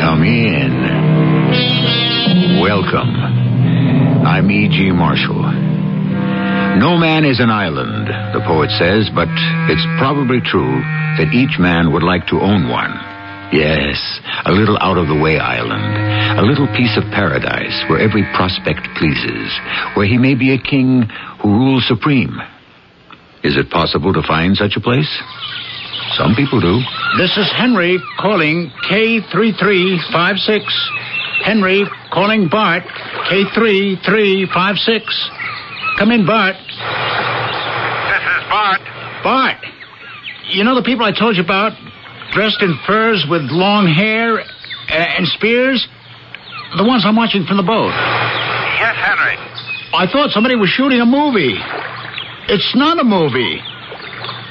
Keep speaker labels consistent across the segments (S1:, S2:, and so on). S1: Come in. Welcome. I'm E.G. Marshall. No man is an island, the poet says, but it's probably true that each man would like to own one. Yes, a little out of the way island, a little piece of paradise where every prospect pleases, where he may be a king who rules supreme. Is it possible to find such a place? Some people do.
S2: This is Henry calling K3356. Henry calling Bart K3356. Come in, Bart.
S3: This is Bart.
S2: Bart, you know the people I told you about, dressed in furs with long hair a- and spears? The ones I'm watching from the boat.
S3: Yes, Henry.
S2: I thought somebody was shooting a movie. It's not a movie.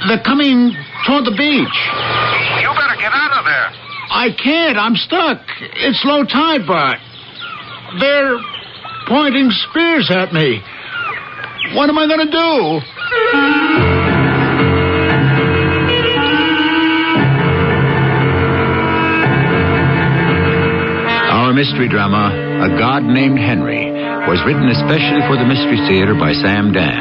S2: They're coming toward the beach.
S3: You better get out of there.
S2: I can't. I'm stuck. It's low tide, Bart. They're pointing spears at me. What am I going to do?
S1: Our mystery drama, A God Named Henry, was written especially for the Mystery Theater by Sam Dan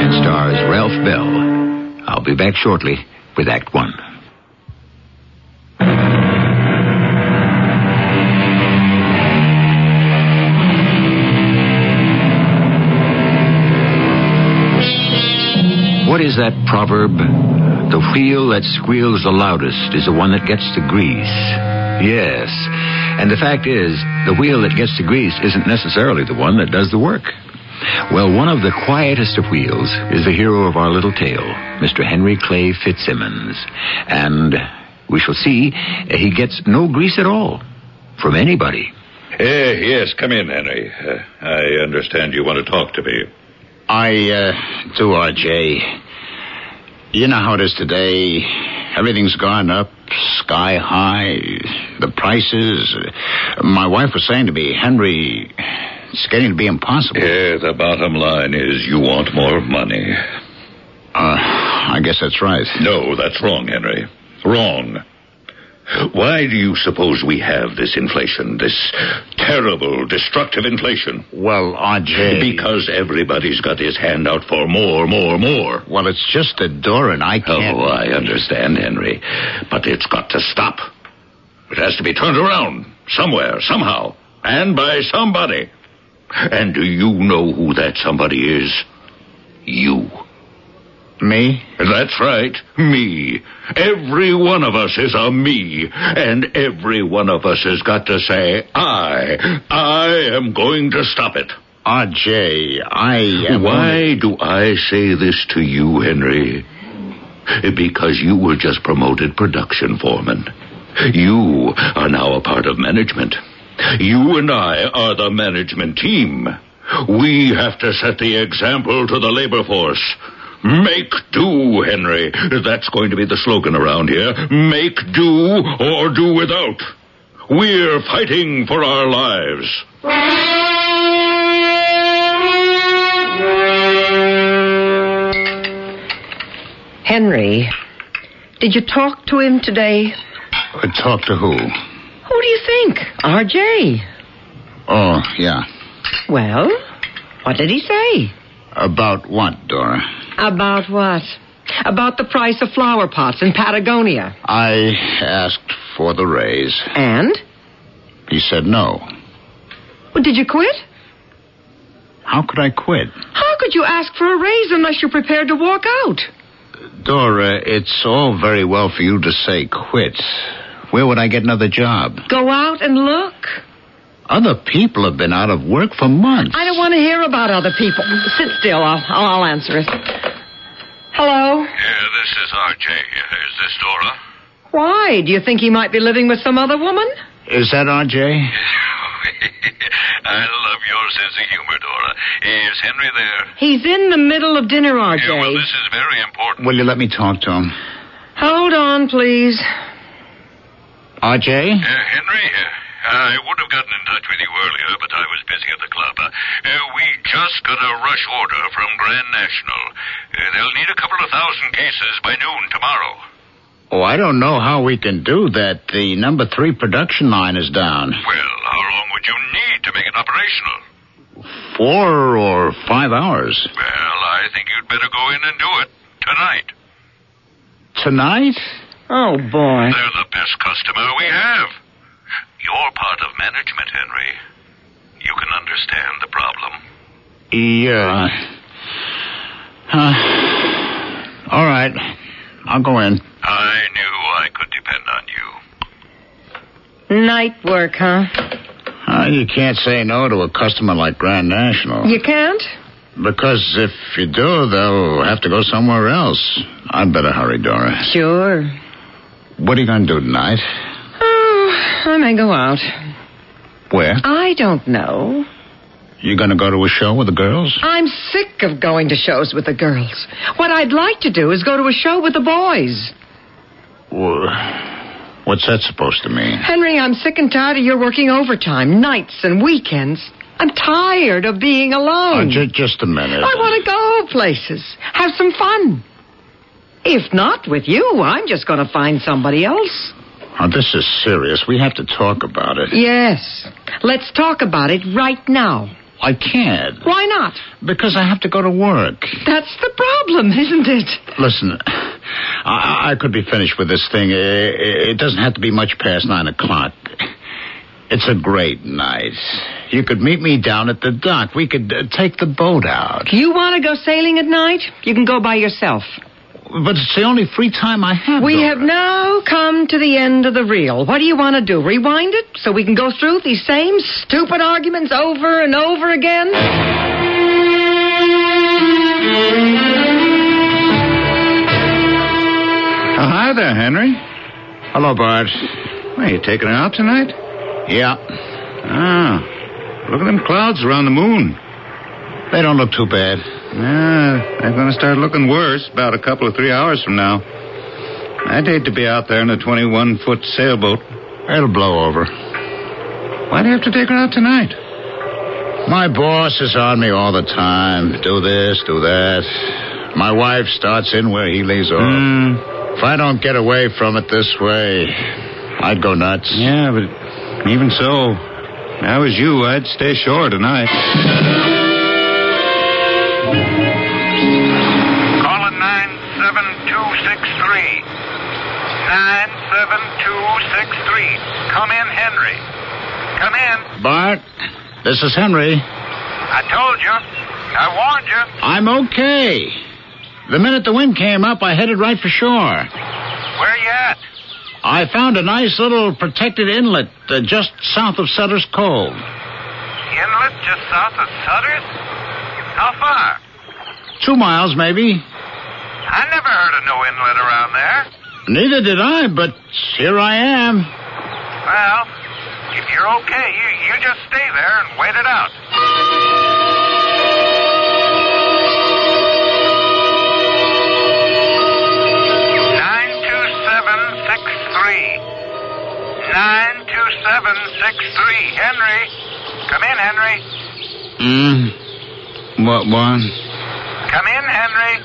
S1: and stars Ralph Bell. I'll be back shortly with Act One. What is that proverb? The wheel that squeals the loudest is the one that gets the grease. Yes. And the fact is, the wheel that gets the grease isn't necessarily the one that does the work. Well, one of the quietest of wheels is the hero of our little tale, Mr. Henry Clay Fitzsimmons. And we shall see, uh, he gets no grease at all from anybody.
S4: Eh, yes, come in, Henry. Uh, I understand you want to talk to me.
S2: I uh, do, RJ. You know how it is today. Everything's gone up sky high. The prices. My wife was saying to me, Henry, it's getting to be impossible.
S4: Eh, the bottom line is you want more money.
S2: Uh, I guess that's right.
S4: No, that's wrong, Henry. Wrong. Why do you suppose we have this inflation, this terrible, destructive inflation?
S2: Well, RJ.
S4: Because everybody's got his hand out for more, more, more.
S2: Well, it's just a door, and I can't.
S4: Oh, I understand, Henry. But it's got to stop. It has to be turned around somewhere, somehow, and by somebody. And do you know who that somebody is? You.
S2: Me?
S4: That's right, me. Every one of us is a me, and every one of us has got to say, I, I am going to stop it.
S2: R.J., I am.
S4: Why do I say this to you, Henry? Because you were just promoted production foreman. You are now a part of management. You and I are the management team. We have to set the example to the labor force. Make do, Henry. That's going to be the slogan around here. Make do or do without. We're fighting for our lives.
S5: Henry, did you talk to him today?
S2: Talk to who?
S5: Who do you think? RJ.
S2: Oh, yeah.
S5: Well, what did he say?
S2: About what, Dora?
S5: About what? About the price of flower pots in Patagonia.
S2: I asked for the raise.
S5: And?
S2: He said no.
S5: Well, did you quit?
S2: How could I quit?
S5: How could you ask for a raise unless you're prepared to walk out?
S2: Dora, it's all very well for you to say quit. Where would I get another job?
S5: Go out and look.
S2: Other people have been out of work for months.
S5: I don't want to hear about other people. Sit still. I'll, I'll, I'll answer it. Hello?
S3: Yeah, this is RJ. Is this Dora?
S5: Why? Do you think he might be living with some other woman?
S4: Is that R.J.?
S3: I love your sense of humor, Dora. Is Henry there?
S5: He's in the middle of dinner, RJ.
S3: Yeah, well, this is very important.
S4: Will you let me talk to him?
S5: Hold on, please.
S4: R.J.?
S3: Uh, Henry, uh, I would have gotten in touch with you earlier, but I was busy at the club. Uh, uh, we just got a rush order from Grand National. Uh, they'll need a couple of thousand cases by noon tomorrow.
S4: Oh, I don't know how we can do that. The number three production line is down.
S3: Well, how long would you need to make it operational?
S4: Four or five hours.
S3: Well, I think you'd better go in and do it tonight.
S4: Tonight?
S5: Oh, boy.
S3: They're the best customer we have. You're part of management, Henry. You can understand the problem.
S4: Yeah. Huh. All right. I'll go in.
S3: I knew I could depend on you.
S5: Night work, huh?
S4: Uh, you can't say no to a customer like Grand National.
S5: You can't?
S4: Because if you do, they'll have to go somewhere else. I'd better hurry, Dora.
S5: Sure.
S4: What are you going to do tonight?
S5: Oh, I may go out.
S4: Where?
S5: I don't know.
S4: You going to go to a show with the girls?
S5: I'm sick of going to shows with the girls. What I'd like to do is go to a show with the boys.
S4: Well, what's that supposed to mean?
S5: Henry, I'm sick and tired of your working overtime, nights and weekends. I'm tired of being alone.
S4: Uh, ju- just a minute.
S5: Hmm. I want to go places, have some fun. If not with you, I'm just going to find somebody else.
S4: Oh, this is serious. We have to talk about it.
S5: Yes. Let's talk about it right now.
S4: I can't
S5: Why not?
S4: because I have to go to work.
S5: That's the problem, isn't it?
S4: Listen, I, I could be finished with this thing. I- I- It doesn't have to be much past nine o'clock. It's a great night. You could meet me down at the dock. We could uh, take the boat out.
S5: You want to go sailing at night? You can go by yourself.
S4: But it's the only free time I have.
S5: We
S4: Dora.
S5: have now come to the end of the reel. What do you want to do? Rewind it so we can go through these same stupid arguments over and over again?
S4: Uh, hi there, Henry. Hello, Bart. Well, you taking her out tonight? Yeah. Ah, look at them clouds around the moon. They don't look too bad. Yeah, they're going to start looking worse about a couple of three hours from now. I'd hate to be out there in a 21 foot sailboat. It'll blow over. Why'd you have to take her out tonight? My boss is on me all the time. Do this, do that. My wife starts in where he leaves off.
S1: Hmm.
S2: Hmm.
S4: If I don't get away from it this way, I'd go nuts. Yeah, but even so, if I was you, I'd stay shore tonight.
S3: Call it 97263. 97263. Come in, Henry. Come in.
S4: Bart, this is Henry.
S3: I told you. I warned you.
S4: I'm okay. The minute the wind came up, I headed right for shore.
S3: Where you at?
S4: I found a nice little protected inlet uh, just south of Sutter's Cove.
S3: Inlet just south of Sutter's? How far?
S4: Two miles, maybe.
S3: I never heard of no inlet around there.
S4: Neither did I, but here I am.
S3: Well, if you're okay, you, you just stay there and wait it out. Nine two seven six three. Nine two seven six three. Henry, come in, Henry.
S4: Mm. What, one?
S3: Come in, Henry.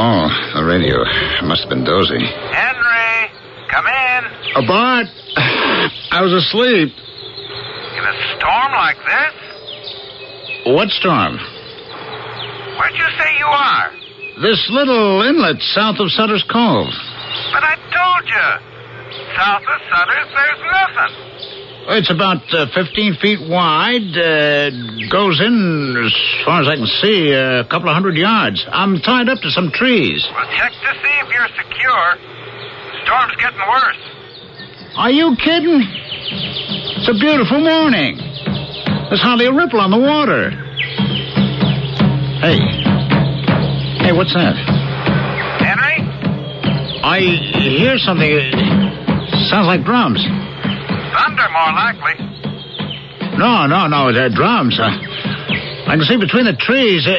S4: Oh, the radio. I must have been dozing.
S3: Henry, come in.
S4: Uh, Bart, I was asleep.
S3: In a storm like this,
S4: What storm?
S3: where'd you say you are?
S4: This little inlet south of Sutter's Cove.
S3: But I told you, south of Sutter's, there's nothing.
S4: It's about uh, 15 feet wide, uh, goes in, as far as I can see, uh, a couple of hundred yards. I'm tied up to some trees.
S3: Well, check to see if you're secure. Storm's getting worse.
S4: Are you kidding? It's a beautiful morning. There's hardly a ripple on the water. Hey. Hey, what's that?
S3: Henry?
S4: I hear something. It sounds like drums.
S3: Thunder more likely.
S4: No, no, no, they're drums. Uh, I can see between the trees. uh,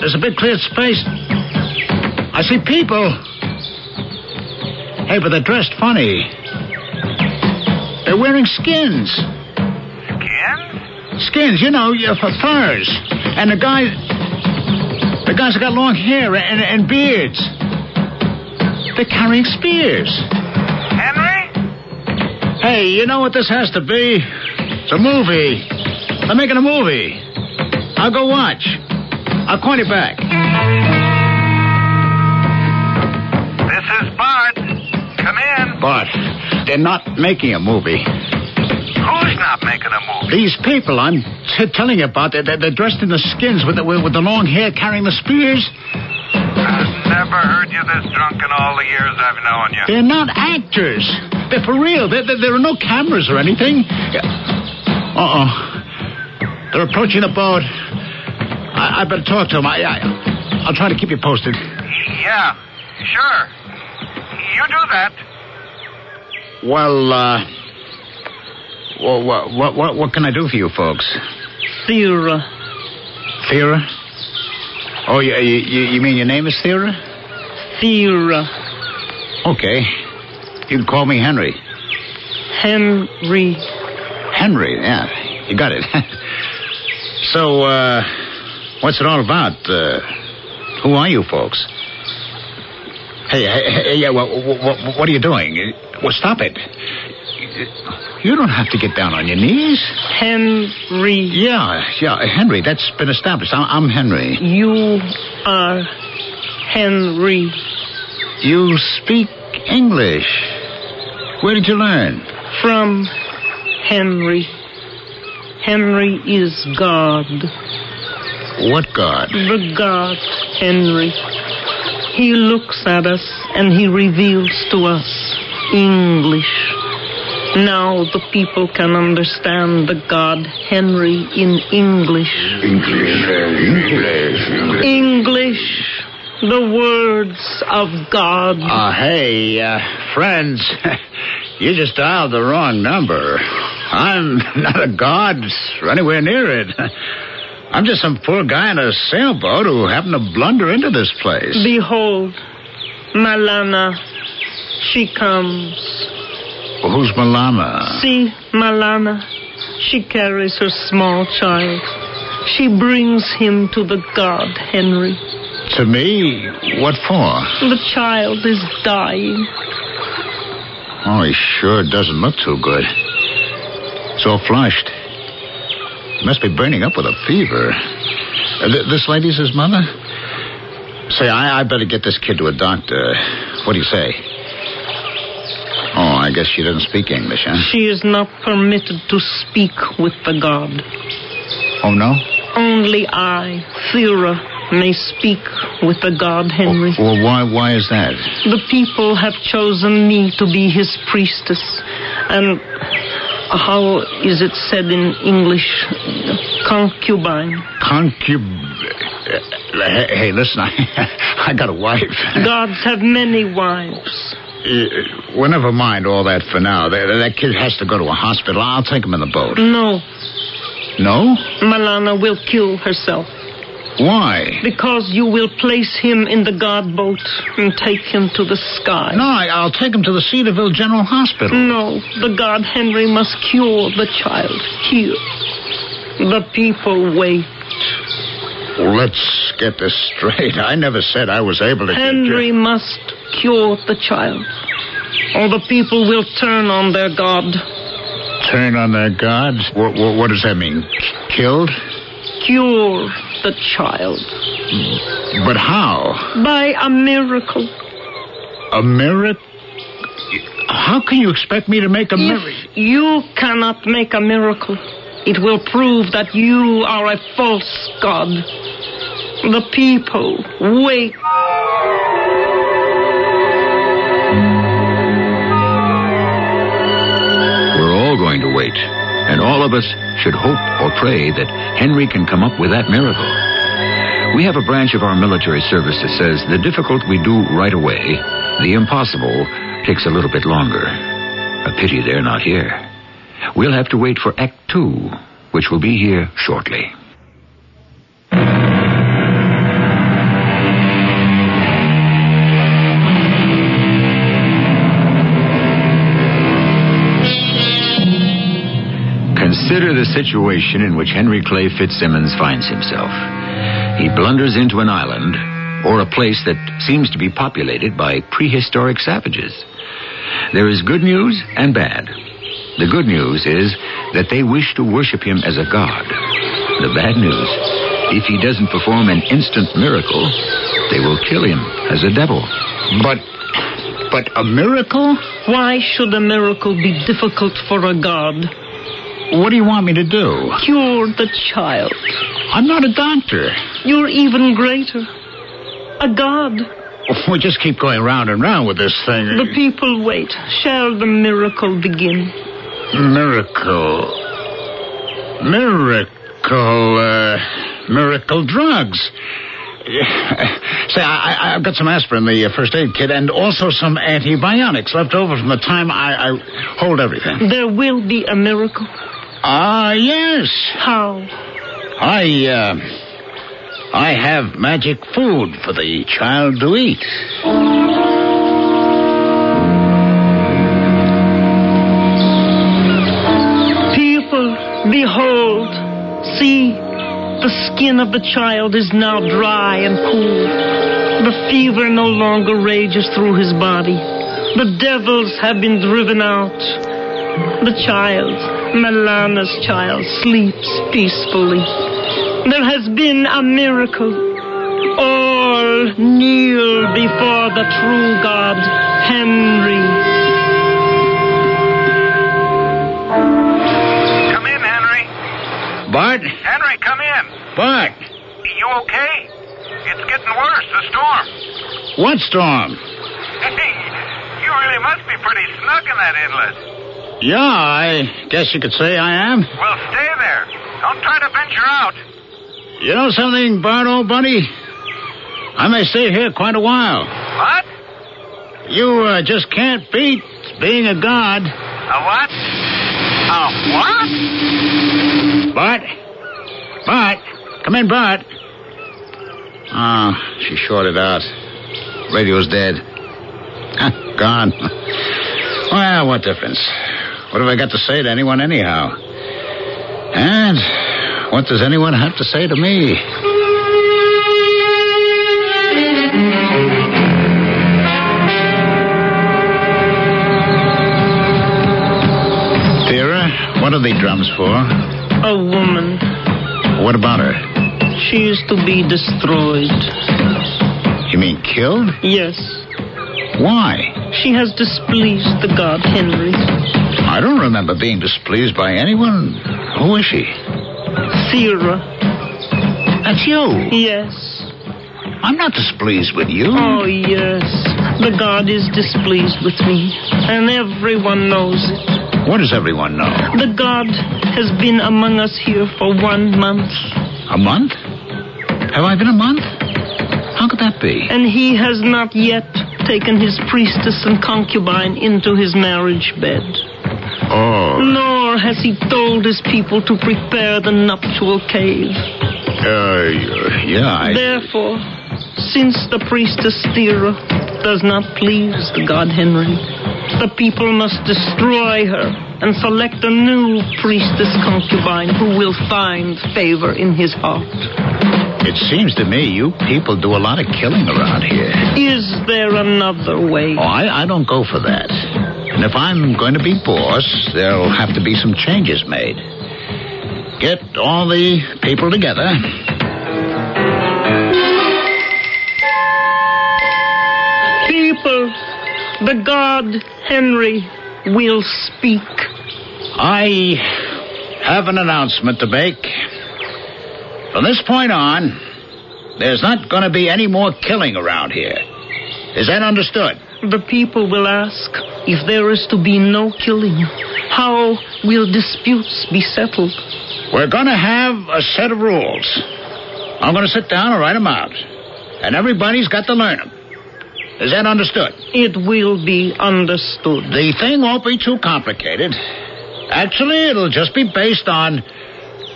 S4: there's a big cleared space. I see people. Hey, but they're dressed funny. They're wearing skins.
S3: Skins?
S4: Skins, you know, yeah, for furs. And the guy. The guys have got long hair and, and beards. They're carrying spears.
S3: Henry?
S4: Hey, you know what this has to be? It's a movie. They're making a movie. I'll go watch. I'll call you back.
S3: This is Bart. Come in.
S4: But they're not making a movie.
S3: Who's not making a movie?
S4: These people I'm t- telling you about, they're, they're dressed in the skins with the, with the long hair carrying the spears.
S3: I've never heard you this drunk in all the years I've known you.
S4: They're not actors. They're for real. There- there- there are no cameras or anything. Uh oh. They're approaching the boat. I, I better talk to them. I, I, I'll try to keep you posted.
S3: Yeah, sure. You do that.
S4: Well, uh. Well, what, what, what, what can I do for you folks?
S5: Thera.
S4: Thera? Oh, you, you, you mean your name is Thera?
S5: Thera.
S4: Okay. You can call me Henry.
S5: Henry.
S4: Henry, yeah. You got it. so, uh, what's it all about? Uh, who are you folks? Hey, hey, hey yeah, what, what, what are you doing? Well, stop it. You don't have to get down on your knees.
S5: Henry.
S4: Yeah, yeah, Henry, that's been established. I'm, I'm Henry.
S5: You are Henry
S4: You speak English. Where did you learn?
S5: from Henry. Henry is God.
S4: What God?
S5: The God, Henry. He looks at us and he reveals to us English. Now the people can understand the God Henry in English.
S6: English, English, English.
S5: English, the words of God.
S4: Uh, hey, uh, friends, you just dialed the wrong number. I'm not a god or anywhere near it. I'm just some poor guy in a sailboat who happened to blunder into this place.
S5: Behold, Malana, she comes.
S4: Who's Malama?
S5: See, Malana, she carries her small child. She brings him to the god, Henry.
S4: To me, what for?
S5: The child is dying.
S4: Oh, he sure doesn't look too good. It's all flushed. Must be burning up with a fever. Uh, th- this lady's his mother? Say, I-, I better get this kid to a doctor. What do you say? Oh, I guess she doesn't speak English, huh?
S5: She is not permitted to speak with the god.
S4: Oh, no?
S5: Only I, Thera, may speak with the god, Henry.
S4: Well, why, why is that?
S5: The people have chosen me to be his priestess. And how is it said in English? Concubine.
S4: Concub... uh, Hey, hey, listen, I, I got a wife.
S5: Gods have many wives.
S4: Uh, well, never mind all that for now. That, that kid has to go to a hospital. I'll take him in the boat.
S5: No,
S4: No?
S5: Malana will kill herself
S4: Why?
S5: because you will place him in the god boat and take him to the sky.
S4: No, I, I'll take him to the Cedarville General Hospital.
S5: No, the god Henry must cure the child here. The people wait.
S4: Let's get this straight. I never said I was able to.
S5: Henry must cure the child, or the people will turn on their god.
S4: turn on their god. What, what, what does that mean? K- Killed?
S5: Cure the child
S4: But how?
S5: by a miracle.
S4: A miracle? How can you expect me to make a miracle?
S5: If you cannot make a miracle, it will prove that you are a false god. The people wait.
S1: We're all going to wait, and all of us should hope or pray that Henry can come up with that miracle. We have a branch of our military service that says the difficult we do right away, the impossible takes a little bit longer. A pity they're not here. We'll have to wait for Act Two, which will be here shortly. Consider the situation in which Henry Clay Fitzsimmons finds himself. He blunders into an island, or a place that seems to be populated by prehistoric savages. There is good news and bad. The good news is that they wish to worship him as a god. The bad news, if he doesn't perform an instant miracle, they will kill him as a devil.
S4: But. But a miracle?
S5: Why should a miracle be difficult for a god?
S4: What do you want me to do?
S5: Cure the child.
S4: I'm not a doctor.
S5: You're even greater. A god.
S4: We just keep going round and round with this thing.
S5: The people wait. Shall the miracle begin?
S4: Miracle. Miracle. Uh, miracle drugs. Say, I, I, I've got some aspirin, the uh, first aid kit, and also some antibiotics left over from the time I, I hold everything.
S5: There will be a miracle.
S4: Ah, yes.
S5: How?
S4: I, uh, I have magic food for the child to eat.
S5: People, behold, see, the skin of the child is now dry and cool. The fever no longer rages through his body. The devils have been driven out. The child, Melana's child, sleeps peacefully. There has been a miracle. All kneel before the true God, Henry.
S3: Come in, Henry.
S4: Bart?
S3: Henry, come in.
S4: Bart?
S3: You okay? It's getting worse, the storm.
S4: What storm?
S3: Hey, you really must be pretty snug in that inlet.
S4: Yeah, I guess you could say I am.
S3: Well, stay there. Don't try to venture out.
S4: You know something, Bart, old buddy? I may stay here quite a while.
S3: What?
S4: You uh, just can't beat being a god.
S3: A what? A what?
S4: Bart? Bart? Come in, Bart. Ah, she shorted out. Radio's dead. Huh, gone. Well, what difference? What have I got to say to anyone, anyhow? And what does anyone have to say to me? Vera, what are the drums for?
S5: A woman.
S4: What about her?
S5: She is to be destroyed.
S4: You mean killed?
S5: Yes.
S4: Why?
S5: She has displeased the god Henry.
S4: I don't remember being displeased by anyone. Who is she?
S5: Thera.
S4: That's you.
S5: Yes.
S4: I'm not displeased with you.
S5: Oh, yes. The god is displeased with me. And everyone knows it.
S4: What does everyone know?
S5: The god has been among us here for one month.
S4: A month? Have I been a month? How could that be?
S5: And he has not yet taken his priestess and concubine into his marriage bed.
S4: Oh,
S5: Nor has he told his people to prepare the nuptial cave.
S4: uh, yeah, I.
S5: Therefore, since the priestess Thera does not please the god Henry, the people must destroy her and select a new priestess concubine who will find favor in his heart.
S4: It seems to me you people do a lot of killing around here.
S5: Is there another way?
S4: Oh, I, I don't go for that. And if I'm going to be boss, there'll have to be some changes made. Get all the people together.
S5: People, the god Henry will speak.
S4: I have an announcement to make. From this point on, there's not going to be any more killing around here. Is that understood?
S5: The people will ask if there is to be no killing. How will disputes be settled?
S4: We're going to have a set of rules. I'm going to sit down and write 'em out. And everybody's got to learn 'em. Is that understood?
S5: It will be understood.
S4: The thing won't be too complicated. Actually, it'll just be based on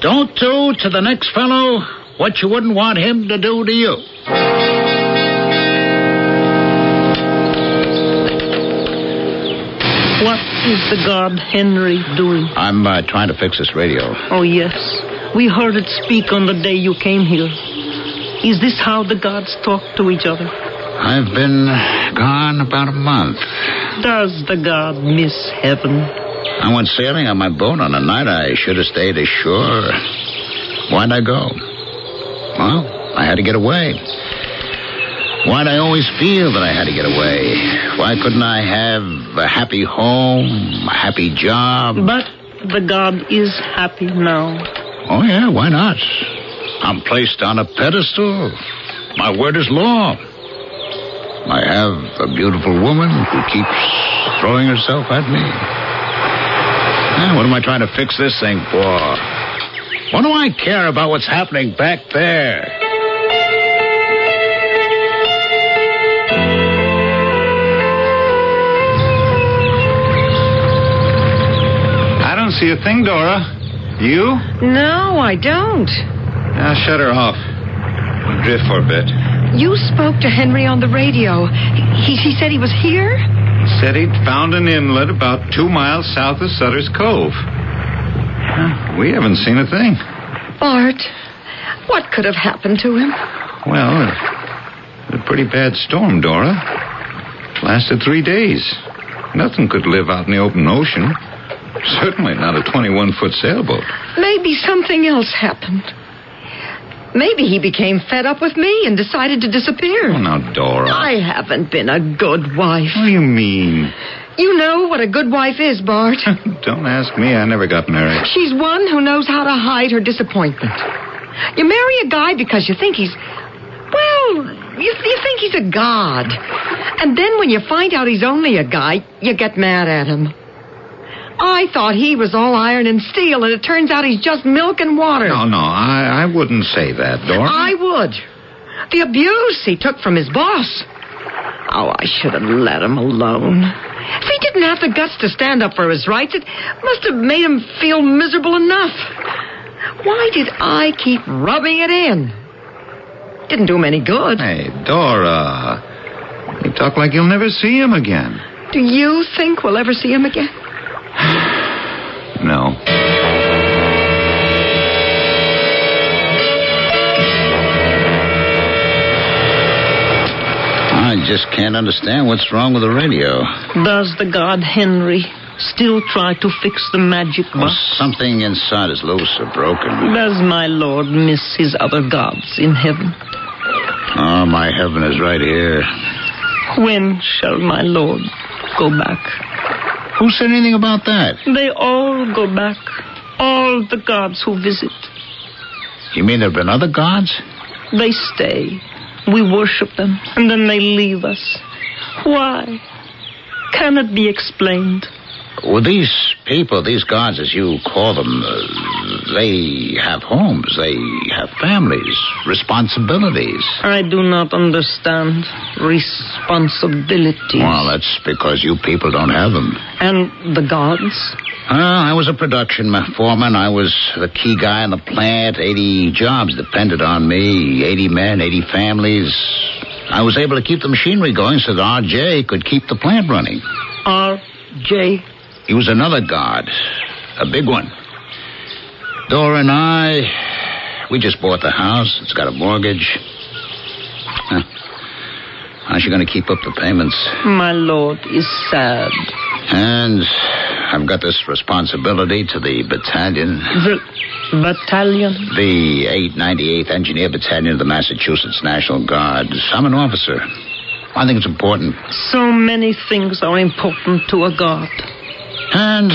S4: don't do to the next fellow what you wouldn't want him to do to you.
S5: What is the god Henry doing?
S4: I'm uh, trying to fix this radio.
S5: Oh, yes. We heard it speak on the day you came here. Is this how the gods talk to each other?
S4: I've been gone about a month.
S5: Does the god miss heaven?
S4: I went sailing on my boat on a night I should have stayed ashore. Why'd I go? Well, I had to get away. Why'd I always feel that I had to get away? Why couldn't I have a happy home, a happy job?
S5: But the god is happy now.
S4: Oh, yeah, why not? I'm placed on a pedestal. My word is law. I have a beautiful woman who keeps throwing herself at me. Eh, what am I trying to fix this thing for? What do I care about what's happening back there?
S7: I don't see a thing, Dora. You?
S8: No, I don't.
S7: Now shut her off. We'll drift for a bit.
S8: You spoke to Henry on the radio. He, he said he was here?
S7: Said he'd found an inlet about two miles south of Sutter's Cove. Huh, We haven't seen a thing.
S8: Bart, what could have happened to him?
S7: Well, it was a pretty bad storm, Dora. Lasted three days. Nothing could live out in the open ocean. Certainly not a 21 foot sailboat.
S8: Maybe something else happened. Maybe he became fed up with me and decided to disappear.
S7: Oh, now, Dora.
S8: I haven't been a good wife.
S7: What do you mean?
S8: You know what a good wife is, Bart.
S7: Don't ask me. I never got married.
S8: She's one who knows how to hide her disappointment. You marry a guy because you think he's. Well, you, you think he's a god. And then when you find out he's only a guy, you get mad at him. I thought he was all iron and steel, and it turns out he's just milk and water.
S7: No, no, I, I wouldn't say that, Dora.
S8: I would. The abuse he took from his boss. Oh, I should have let him alone. If he didn't have the guts to stand up for his rights, it must have made him feel miserable enough. Why did I keep rubbing it in? Didn't do him any good.
S7: Hey, Dora. You talk like you'll never see him again.
S8: Do you think we'll ever see him again?
S7: No.
S4: I just can't understand what's wrong with the radio.
S5: Does the god Henry still try to fix the magic
S4: Well,
S5: box?
S4: something inside is loose or broken.
S5: Does my lord miss his other gods in heaven?
S4: Oh, my heaven is right here.
S5: When shall my lord go back?
S4: Who said anything about that?
S5: They all go back. All the gods who visit.
S4: You mean there have been other gods?
S5: They stay. We worship them, and then they leave us. Why? Can it be explained?
S4: Well, these people, these gods, as you call them, uh, they have homes, they have families, responsibilities.
S5: I do not understand responsibilities.
S4: Well, that's because you people don't have them.
S5: And the gods?
S4: Uh, I was a production ma- foreman. I was the key guy in the plant. 80 jobs depended on me 80 men, 80 families. I was able to keep the machinery going so that RJ could keep the plant running.
S5: R.J.
S4: He was another god, a big one. uh, Dora and I, we just bought the house. It's got a mortgage. Huh. How's she going to keep up the payments?
S5: My lord is sad.
S4: And I've got this responsibility to the battalion,
S5: The battalion?
S4: the 898th Engineer Battalion of the Massachusetts National Guard. I'm an officer. I think it's important.
S5: So many things are important to a god.
S4: And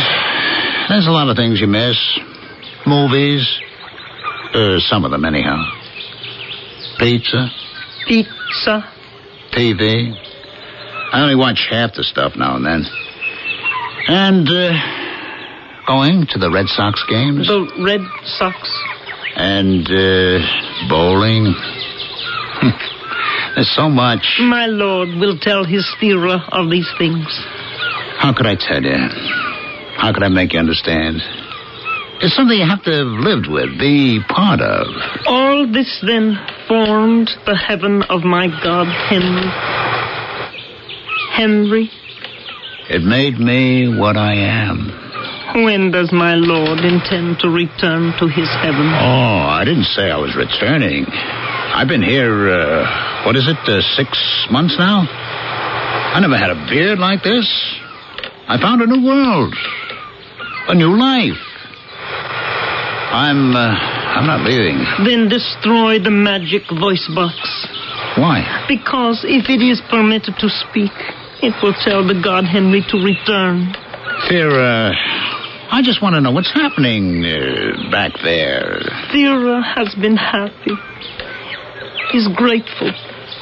S4: there's a lot of things you miss. Movies. Uh, some of them, anyhow. Pizza.
S5: Pizza.
S4: TV. I only watch half the stuff now and then. And, uh, going to the Red Sox games.
S5: The Red Sox.
S4: And, uh, bowling. Hmm. There's so much.
S5: My lord will tell his steerer of these things.
S4: How could I tell you? How could I make you understand? It's something you have to have lived with, be part of.
S5: All this then formed the heaven of my God, Henry. Henry,
S4: It made me what I am.
S5: when does my lord intend to return to his heaven?
S4: Oh, I didn't say I was returning. I've been here, uh, what is it, uh, six months now? I never had a beard like this. I found a new world, a new life. I'm, uh, I'm not leaving.
S5: Then destroy the magic voice box.
S4: Why?
S5: Because if it is permitted to speak, it will tell the god Henry to return.
S4: Vera, uh, I just want to know what's happening uh, back there.
S5: Thera has been happy. He's grateful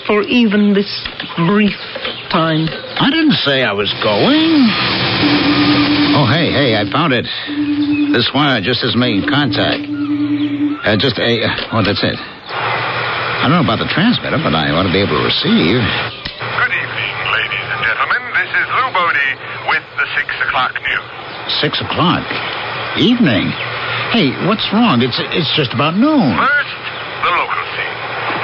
S5: for even this brief time.
S4: I didn't say I was going. Oh, hey, hey, I found it. This wire just has made contact. Uh, just a. oh, that's it. I don't know about the transmitter, but I ought to be able to receive.
S3: Good evening, ladies and gentlemen. This is Lou Bodie with the 6 o'clock news.
S4: Six o'clock. Evening. Hey, what's wrong? It's it's just about noon.
S3: First, the local scene.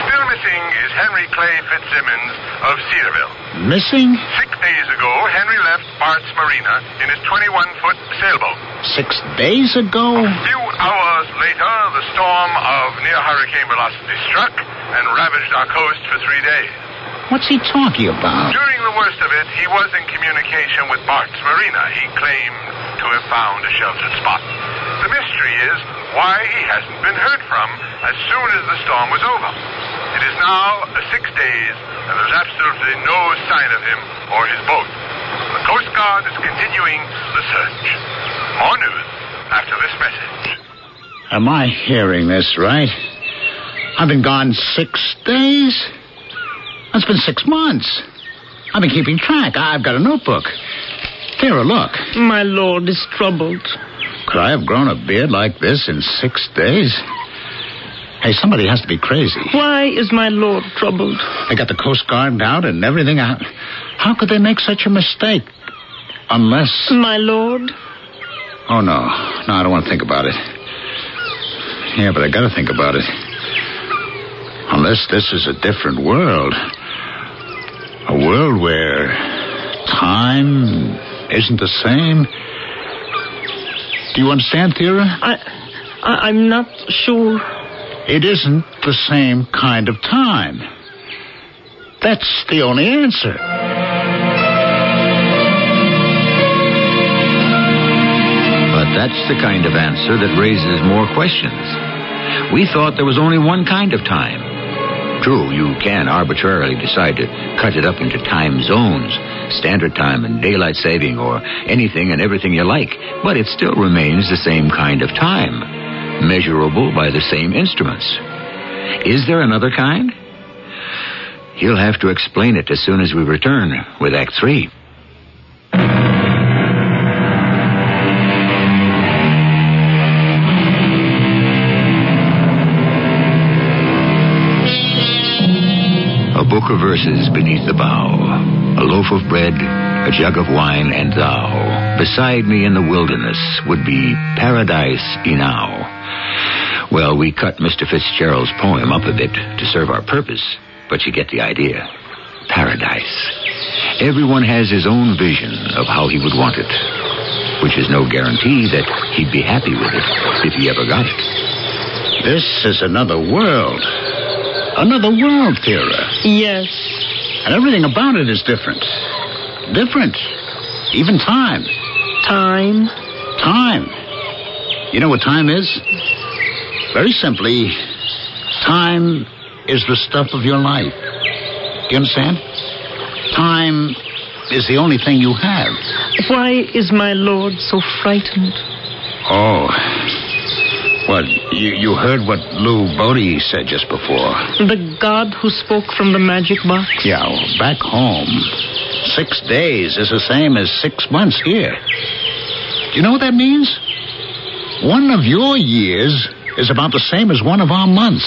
S3: Still missing is Henry Clay Fitzsimmons of Cedarville.
S4: Missing?
S3: Six days ago, Henry left Bart's Marina in his 21-foot sailboat.
S4: Six days ago?
S3: A few hours later, the storm of near hurricane velocity struck and ravaged our coast for three days.
S4: What's he talking about?
S3: During the worst of it, he was in communication with Bart's Marina. He claimed to have found a sheltered spot. The mystery is why he hasn't been heard from as soon as the storm was over. It is now uh, six days, and there's absolutely no sign of him or his boat. The Coast Guard is continuing the search. More news after this message.
S4: Am I hearing this right? I've been gone six days? That's been six months. I've been keeping track. I- I've got a notebook. Here, look.
S5: My lord is troubled.
S4: Could I have grown a beard like this in six days? Hey, somebody has to be crazy.
S5: Why is my lord troubled?
S4: They got the Coast Guard out and everything out. How could they make such a mistake? Unless.
S5: My lord?
S4: Oh, no. No, I don't want to think about it. Yeah, but I got to think about it. Unless this is a different world. A world where time isn't the same. Do you understand, Thera?
S5: I, I I'm not sure.
S4: It isn't the same kind of time. That's the only answer.
S1: But that's the kind of answer that raises more questions. We thought there was only one kind of time. True, you can arbitrarily decide to cut it up into time zones, standard time and daylight saving, or anything and everything you like, but it still remains the same kind of time, measurable by the same instruments. Is there another kind? He'll have to explain it as soon as we return with Act 3. A book of verses beneath the bough, a loaf of bread, a jug of wine, and thou, beside me in the wilderness, would be paradise enow. Well, we cut Mr. Fitzgerald's poem up a bit to serve our purpose, but you get the idea. Paradise. Everyone has his own vision of how he would want it, which is no guarantee that he'd be happy with it if he ever got it.
S4: This is another world. Another world, Thera.
S5: Yes.
S4: And everything about it is different. Different. Even time.
S5: Time?
S4: Time. You know what time is? Very simply, time is the stuff of your life. Do you understand? Time is the only thing you have.
S5: Why is my lord so frightened?
S4: Oh. Well, you, you heard what Lou Bodie said just before.
S5: The god who spoke from the magic box?
S4: Yeah, well, back home. Six days is the same as six months here. Do you know what that means? One of your years is about the same as one of our months.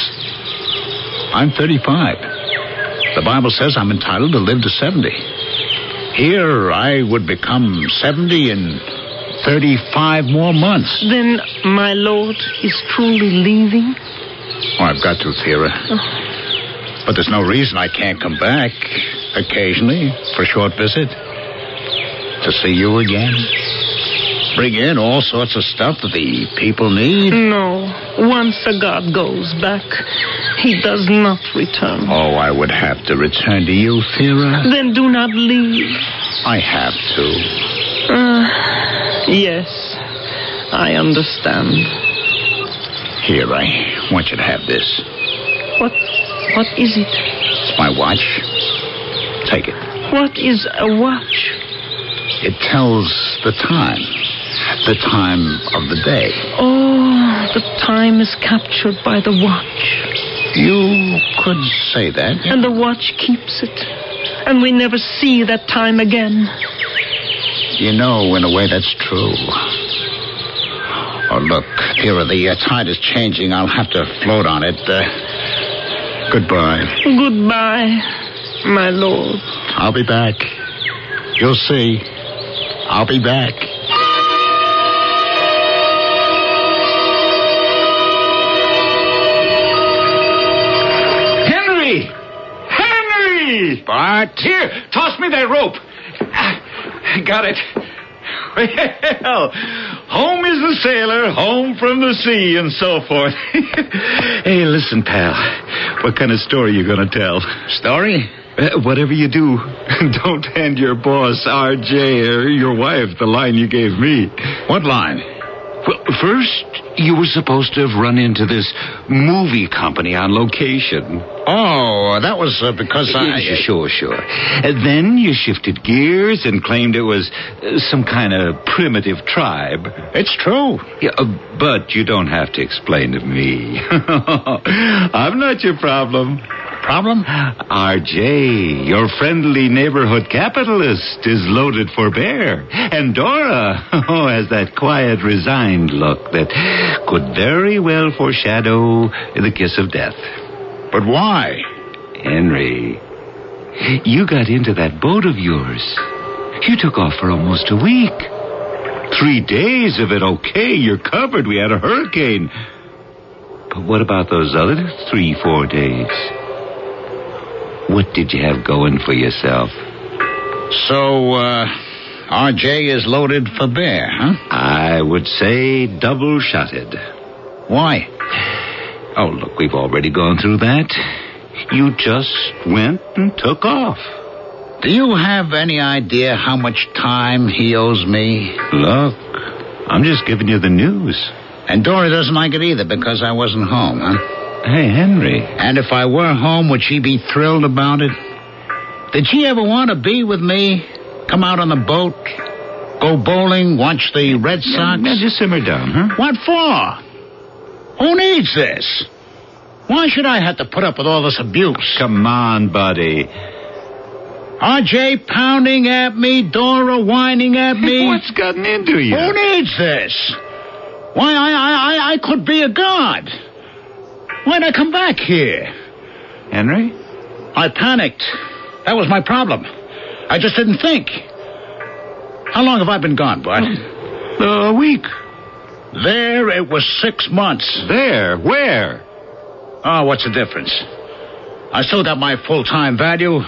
S4: I'm 35. The Bible says I'm entitled to live to 70. Here, I would become 70 in 35 more months.
S5: Then my lord is truly leaving?
S4: Oh, I've got to, Thera. But there's no reason I can't come back occasionally for a short visit to see you again. Bring in all sorts of stuff that the people need.
S5: No. Once a god goes back, he does not return.
S4: Oh, I would have to return to you, Thera.
S5: Then do not leave.
S4: I have to.
S8: Uh,
S5: Ah, yes, I understand.
S4: Here, I want you to have this.
S5: What, what is it?
S4: It's my watch. Take it.
S5: What is a watch?
S4: It tells the time, the time of the day.
S5: Oh, the time is captured by the watch,
S4: You could say that.
S5: and the watch keeps it, and we never see that time again.
S4: You know, in a way, that's true. Oh, look, Vera, the uh, tide is changing. I'll have to float on it. Uh, goodbye.
S5: Goodbye, my lord.
S4: I'll be back. You'll see. I'll be back.
S9: Henry! Henry! Bart, here, toss me that rope. Ah, Got it. Well, home is the sailor, home from the sea, and so forth. hey, listen, pal. What kind of story you gonna tell?
S4: Story?
S9: Uh, whatever you do, don't hand your boss, R.J., or your wife the line you gave me.
S4: What line?
S1: Well, first, you were supposed to have run into this movie company on location.
S4: Oh, that was uh, because I.
S1: Yeah, sure, sure. And then you shifted gears and claimed it was uh, some kind of primitive tribe.
S4: It's true.
S1: Yeah, uh, but you don't have to explain to me.
S9: I'm not your problem.
S4: Problem?
S1: RJ, your friendly neighborhood capitalist, is loaded for bear. And Dora oh, has that quiet, resigned look that could very well foreshadow the kiss of death.
S4: But why?
S1: Henry, you got into that boat of yours. You took off for almost a week. Three days of it, okay, you're covered. We had a hurricane. But what about those other three, four days? What did you have going for yourself?
S4: So, uh, RJ is loaded for bear, huh?
S1: I would say double shotted.
S4: Why?
S1: Oh, look, we've already gone through that. You just went and took off.
S4: Do you have any idea how much time he owes me?
S1: Look, I'm just giving you the news.
S4: And Dora doesn't like it either because I wasn't home, huh?
S1: Hey, Henry.
S4: And if I were home, would she be thrilled about it? Did she ever want to be with me? Come out on the boat? Go bowling? Watch the Red Sox?
S1: Now just simmer down, huh?
S4: What for? Who needs this? Why should I have to put up with all this abuse?
S1: Come on, buddy.
S4: RJ pounding at me, Dora whining at me.
S1: What's gotten into you?
S4: Who needs this? Why, I, I, I, I could be a god. Why'd I come back here?
S1: Henry?
S4: I panicked. That was my problem. I just didn't think. How long have I been gone, Bart?
S1: a week.
S4: There, it was six months.
S1: There. Where?
S4: Oh, what's the difference? I still got my full time value.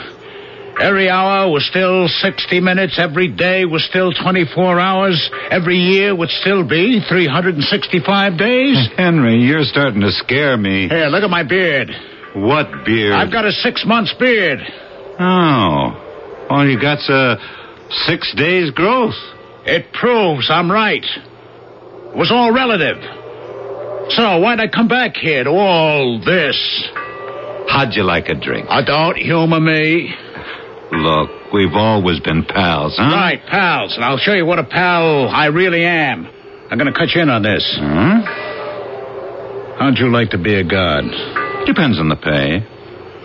S4: Every hour was still 60 minutes. Every day was still 24 hours. Every year would still be 365 days.
S1: Henry, you're starting to scare me.
S4: Here, look at my beard.
S1: What beard?
S4: I've got a six months beard.
S1: Oh. All you got's a six days' growth.
S4: It proves I'm right. It was all relative. So why'd I come back here to all this?
S1: How'd you like a drink?
S4: I don't humor me.
S1: Look, we've always been pals, huh?
S4: Right, pals, and I'll show you what a pal I really am. I'm gonna cut you in on this.
S1: Huh?
S4: How'd you like to be a god?
S1: Depends on the pay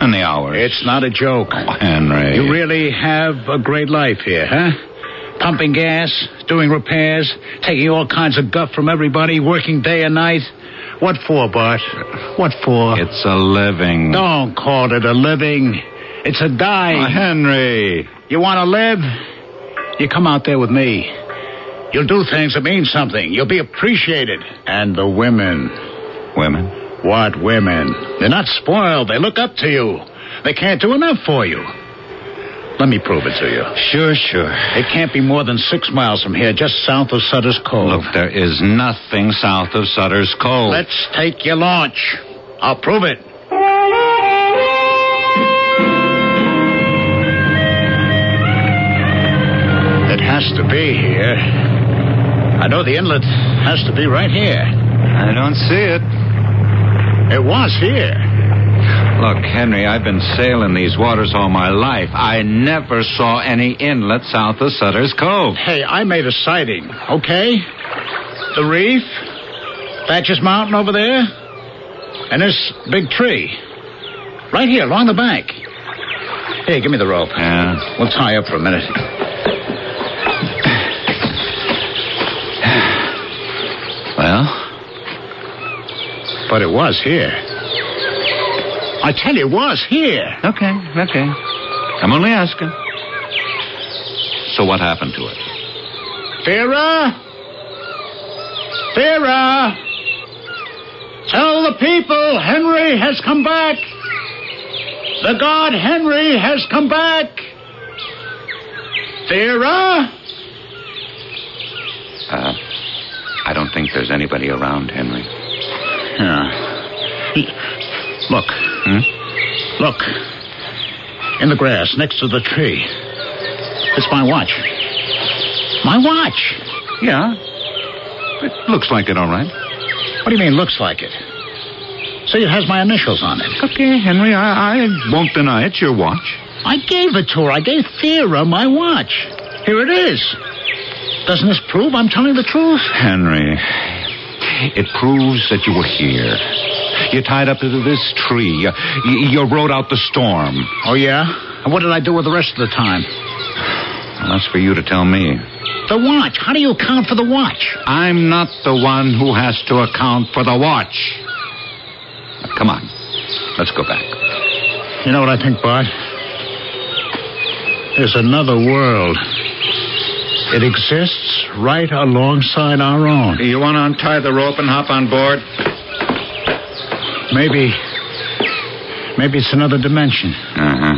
S1: and the hours. Oh,
S4: It's not a joke.
S1: Henry.
S4: You really have a great life here, huh? Pumping gas, doing repairs, taking all kinds of guff from everybody, working day and night. What for, Bart? What for?
S1: It's a living.
S4: Don't call it a living. It's a die.
S1: Oh, Henry.
S4: You want to live? You come out there with me. You'll do things that mean something. You'll be appreciated. And the women.
S1: Women?
S4: What women? They're not spoiled. They look up to you. They can't do enough for you. Let me prove it to you.
S1: Sure, sure.
S4: It can't be more than six miles from here, just south of Sutter's Cove.
S1: Look, there is nothing south of Sutter's Cove.
S4: Let's take your launch. I'll prove it. It has to be here. I know the inlet has to be right here.
S1: I don't see it.
S4: It was here.
S1: Look, Henry, I've been sailing these waters all my life. I never saw any inlet south of Sutter's Cove.
S4: Hey, I made a sighting, okay? The reef, Thatcher's Mountain over there, and this big tree. Right here, along the bank. Hey, give me the rope.
S1: Yeah.
S4: We'll tie up for a minute.
S1: Well,
S4: But it was here. I tell you, it was here.
S1: okay, okay. I'm only asking. So what happened to it?
S4: Vera? Vera? Tell the people Henry has come back. The god Henry has come back. Vera?
S1: Uh, I don't think there's anybody around, Henry.
S4: Yeah. Look.
S1: Hmm?
S4: Look. In the grass next to the tree. It's my watch. My watch.
S1: Yeah. It looks like it, all right.
S4: What do you mean, looks like it? See, it has my initials on it.
S1: Okay, Henry, I, I won't deny it. Your watch.
S4: I gave it to her. I gave Thera my watch. Here it is. Doesn't this prove I'm telling the truth?
S1: Henry, it proves that you were here. You tied up to this tree. You, you rode out the storm.
S4: Oh, yeah? And what did I do with the rest of the time?
S1: Well, that's for you to tell me.
S4: The watch. How do you account for the watch?
S1: I'm not the one who has to account for the watch. Now, come on. Let's go back.
S4: You know what I think, Bart? There's another world. It exists right alongside our own.
S1: You want to untie the rope and hop on board?
S4: Maybe. Maybe it's another dimension.
S1: Uh huh.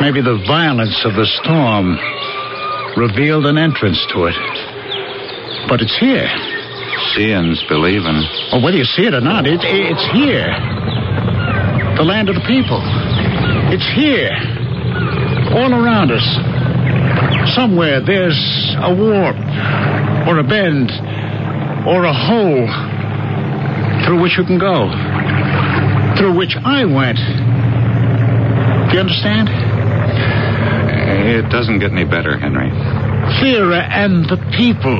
S4: Maybe the violence of the storm revealed an entrance to it. But it's here.
S1: Seeing's believing.
S4: Well, whether you see it or not, it, it's here. The land of the people. It's here. All around us. Somewhere there's a warp, or a bend, or a hole through which you can go. Through which I went. Do you understand?
S1: It doesn't get any better, Henry.
S4: Thera and the people.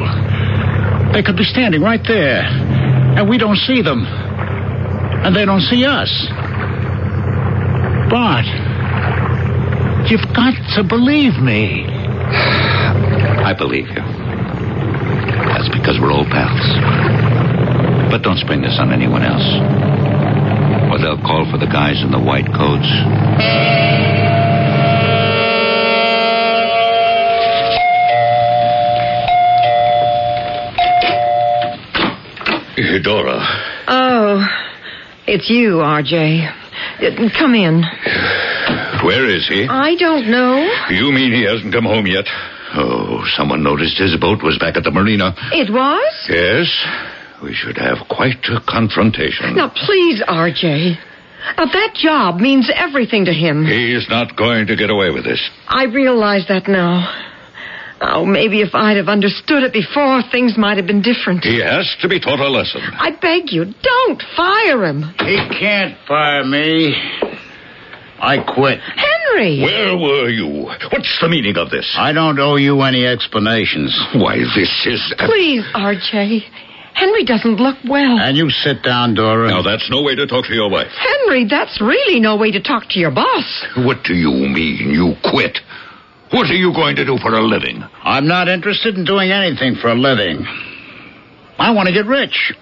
S4: They could be standing right there, and we don't see them, and they don't see us. Bart, you've got to believe me.
S1: I believe you. That's because we're old pals. But don't spring this on anyone else. Or they'll call for the guys in the white coats.
S10: Dora,
S8: Oh, it's you, RJ. Uh, Come in.
S10: where is he?
S8: I don't know.
S10: You mean he hasn't come home yet? Oh, someone noticed his boat was back at the marina.
S8: It was?
S10: Yes, we should have quite a confrontation.
S8: Now, please, RJ. Now, that job means everything to him.
S10: He's not going to get away with this.
S8: I realize that now. Oh, maybe if I'd have understood it before, things might have been different.
S10: He has to be taught a lesson.
S8: I beg you, don't fire him.
S4: He can't fire me. I quit.
S8: Henry!
S10: Where were you? What's the meaning of this?
S4: I don't owe you any explanations.
S10: Why, this is.
S8: Please, RJ. Henry doesn't look well.
S4: And you sit down, Dora.
S10: Now, that's no way to talk to your wife.
S8: Henry, that's really no way to talk to your boss.
S10: What do you mean you quit? What are you going to do for a living?
S4: I'm not interested in doing anything for a living. I want to get rich.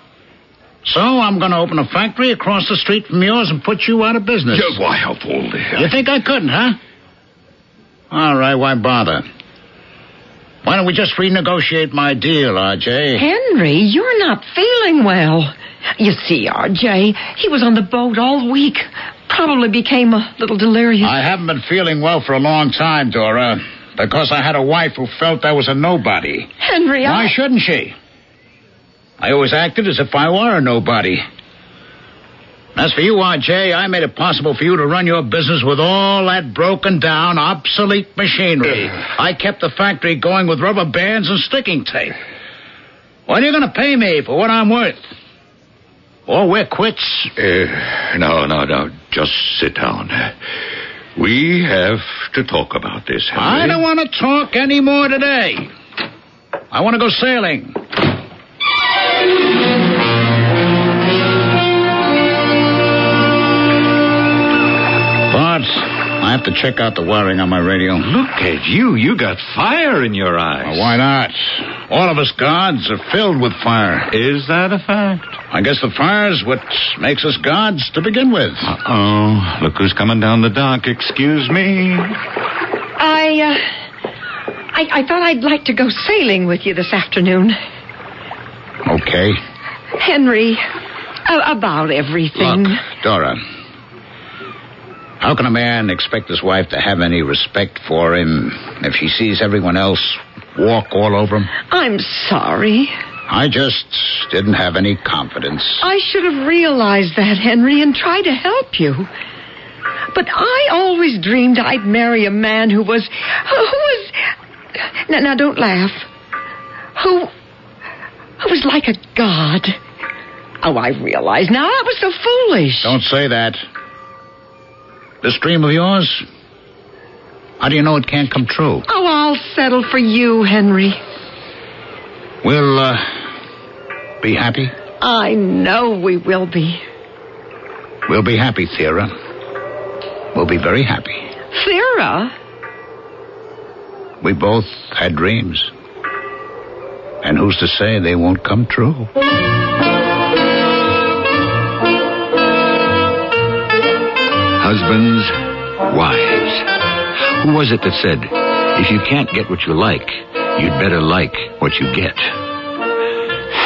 S4: So I'm going to open a factory across the street from yours and put you out of business.
S1: Yeah, why, of all the
S4: You think I couldn't, huh? All right, why bother? Why don't we just renegotiate my deal, RJ?
S8: Henry, you're not feeling well. You see, RJ, he was on the boat all week. Probably became a little delirious.
S4: I haven't been feeling well for a long time, Dora, because I had a wife who felt I was a nobody.
S8: Henry,
S4: Why
S8: I.
S4: shouldn't she? I always acted as if I were a nobody. As for you, RJ, I made it possible for you to run your business with all that broken down, obsolete machinery. I kept the factory going with rubber bands and sticking tape. What are you going to pay me for what I'm worth? Or we're quits.
S1: Uh, no, no, no. Just sit down. We have to talk about this, Henry.
S4: I don't want to talk any more today. I want to go sailing. But I have to check out the wiring on my radio.
S1: Look at you. You got fire in your eyes.
S4: Why not? All of us gods are filled with fire.
S1: Is that a fact?
S4: I guess the fire's what makes us gods to begin with.
S1: Oh, look who's coming down the dock. Excuse me.
S8: I, uh, I, I thought I'd like to go sailing with you this afternoon.
S4: Okay.
S8: Henry, a- about everything.
S4: Look, Dora. How can a man expect his wife to have any respect for him if she sees everyone else walk all over him?
S8: I'm sorry.
S4: I just didn't have any confidence.
S8: I should have realized that, Henry, and tried to help you. But I always dreamed I'd marry a man who was. who was. Now, now don't laugh. Who. who was like a god. Oh, I realize now. I was so foolish.
S4: Don't say that. This dream of yours? How do you know it can't come true?
S8: Oh, I'll settle for you, Henry.
S4: We'll, uh, be happy.
S8: I know we will be.
S4: We'll be happy, Thera. We'll be very happy.
S8: Thera?
S4: We both had dreams. And who's to say they won't come true?
S11: Husbands, wives. Who was it that said, if you can't get what you like, you'd better like what you get?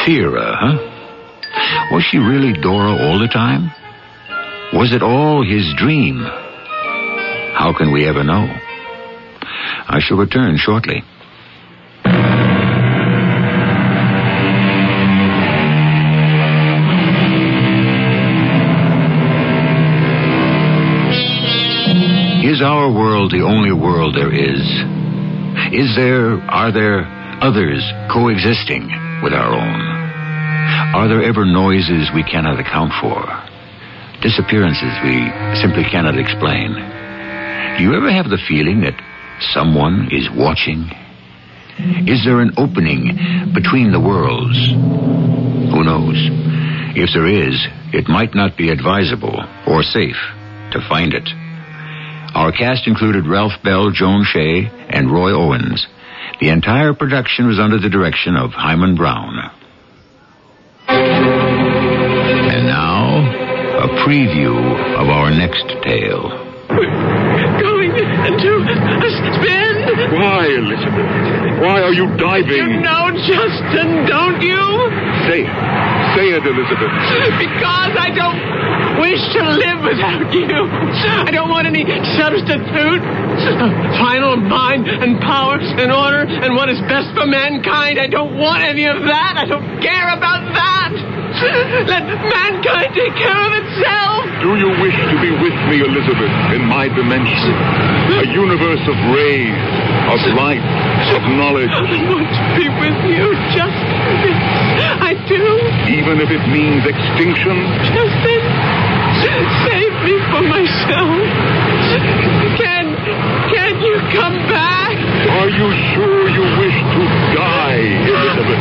S11: Thera, huh? Was she really Dora all the time? Was it all his dream? How can we ever know? I shall return shortly.
S1: Is our world the only world there is? Is there, are there others coexisting with our own? Are there ever noises we cannot account for? Disappearances we simply cannot explain? Do you ever have the feeling that someone is watching? Is there an opening between the worlds? Who knows? If there is, it might not be advisable or safe to find it. Our cast included Ralph Bell, Joan Shea, and Roy Owens. The entire production was under the direction of Hyman Brown. And now, a preview of our next tale.
S5: Going into a spin.
S1: Why, Elizabeth? Why are you diving?
S5: know, Justin, don't you?
S1: Say it. Say it, Elizabeth.
S5: Because I don't wish to live without you. I don't want any substitute. Final mind and power and order and what is best for mankind. I don't want any of that. I don't care about that. Let mankind take care of itself.
S1: Do you wish to be with me, Elizabeth, in my dimension? A universe of rays, of light, of knowledge,
S5: I want to be with you, Justin. I do,
S1: even if it means extinction?
S5: Justin. Save me for myself. Can can you come back?
S1: Are you sure you wish to die, Elizabeth?